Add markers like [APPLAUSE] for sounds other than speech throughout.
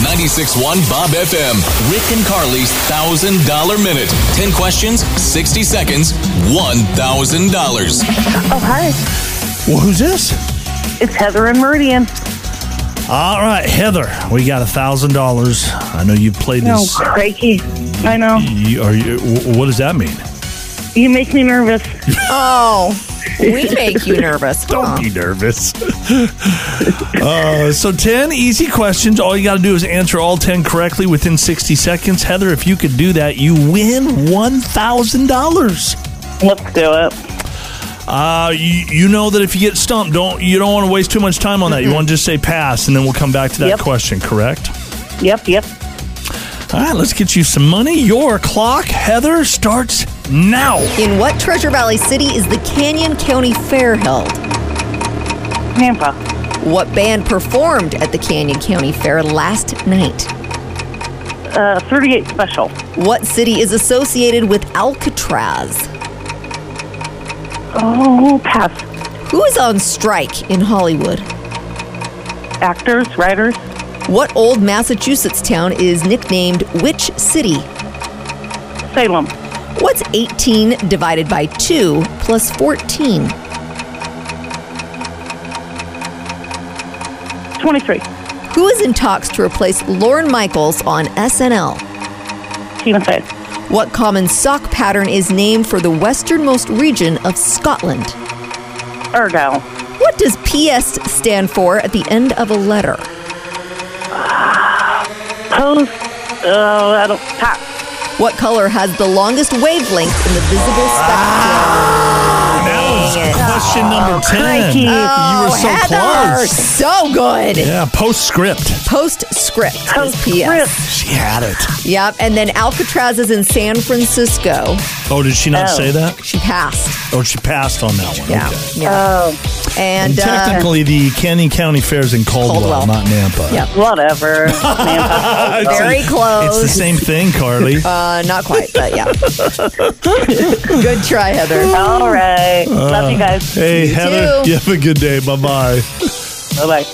96.1 Bob FM. Rick and Carly's $1,000 minute. 10 questions, 60 seconds, $1,000. Oh, hi. Well, who's this? It's Heather and Meridian. All right, Heather, we got a thousand dollars. I know you've played No, this. Oh, crikey. I know. You, are you, wh- what does that mean? You make me nervous. Oh, we make you nervous. huh? Don't be nervous. [LAUGHS] uh, so ten easy questions. All you got to do is answer all ten correctly within sixty seconds. Heather, if you could do that, you win one thousand dollars. Let's do it. Uh, you, you know that if you get stumped, don't you don't want to waste too much time on that. You want to just say pass, and then we'll come back to that Yep. question. Correct. Yep, yep. All right, let's get you some money. Your clock, Heather, starts now. In what Treasure Valley city is the Canyon County Fair held? Nampa. What band performed at the Canyon County Fair last night? Uh, 38 special. What city is associated with Alcatraz? Oh, pass. Who is on strike in Hollywood? Actors, writers, What old Massachusetts town is nicknamed which city? Salem. What's 18 divided by 2 plus 14? 23. Who is in talks to replace Lorne Michaels on SNL? Tina Fey. What common sock pattern is named for the westernmost region of Scotland? Argyle. What does PS stand for at the end of a letter? Pose. Uh, I don't. Pass. What color has the longest wavelength in the visible Ah, spectrum? That was Dang it. question number Oh, 10. crikey. you were so Heather, close. So good. Yeah, postscript. Postscript. is PS. Postscript. She had it. Yep. And then Alcatraz is in San Francisco. Oh, did she not Oh. say that? She passed. Or she passed on that one. Yeah. Okay. Uh, Yeah. Oh, And, uh, technically, the Canyon County Fair's in Caldwell, Caldwell. not Nampa. Yep. [LAUGHS] whatever. Nampa. It's very a- close. It's the same thing, Carly. Oh, [LAUGHS] uh, not quite, but [LAUGHS] yeah. good try, Heather. All right. Love you guys. hey, you Heather, too. you have a good day. Bye bye. Bye bye.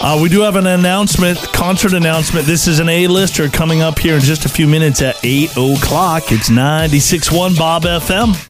Uh, we do have an announcement, concert announcement. This is an A-lister coming up here in just a few minutes at 8 o'clock. It's 96.1 Bob FM.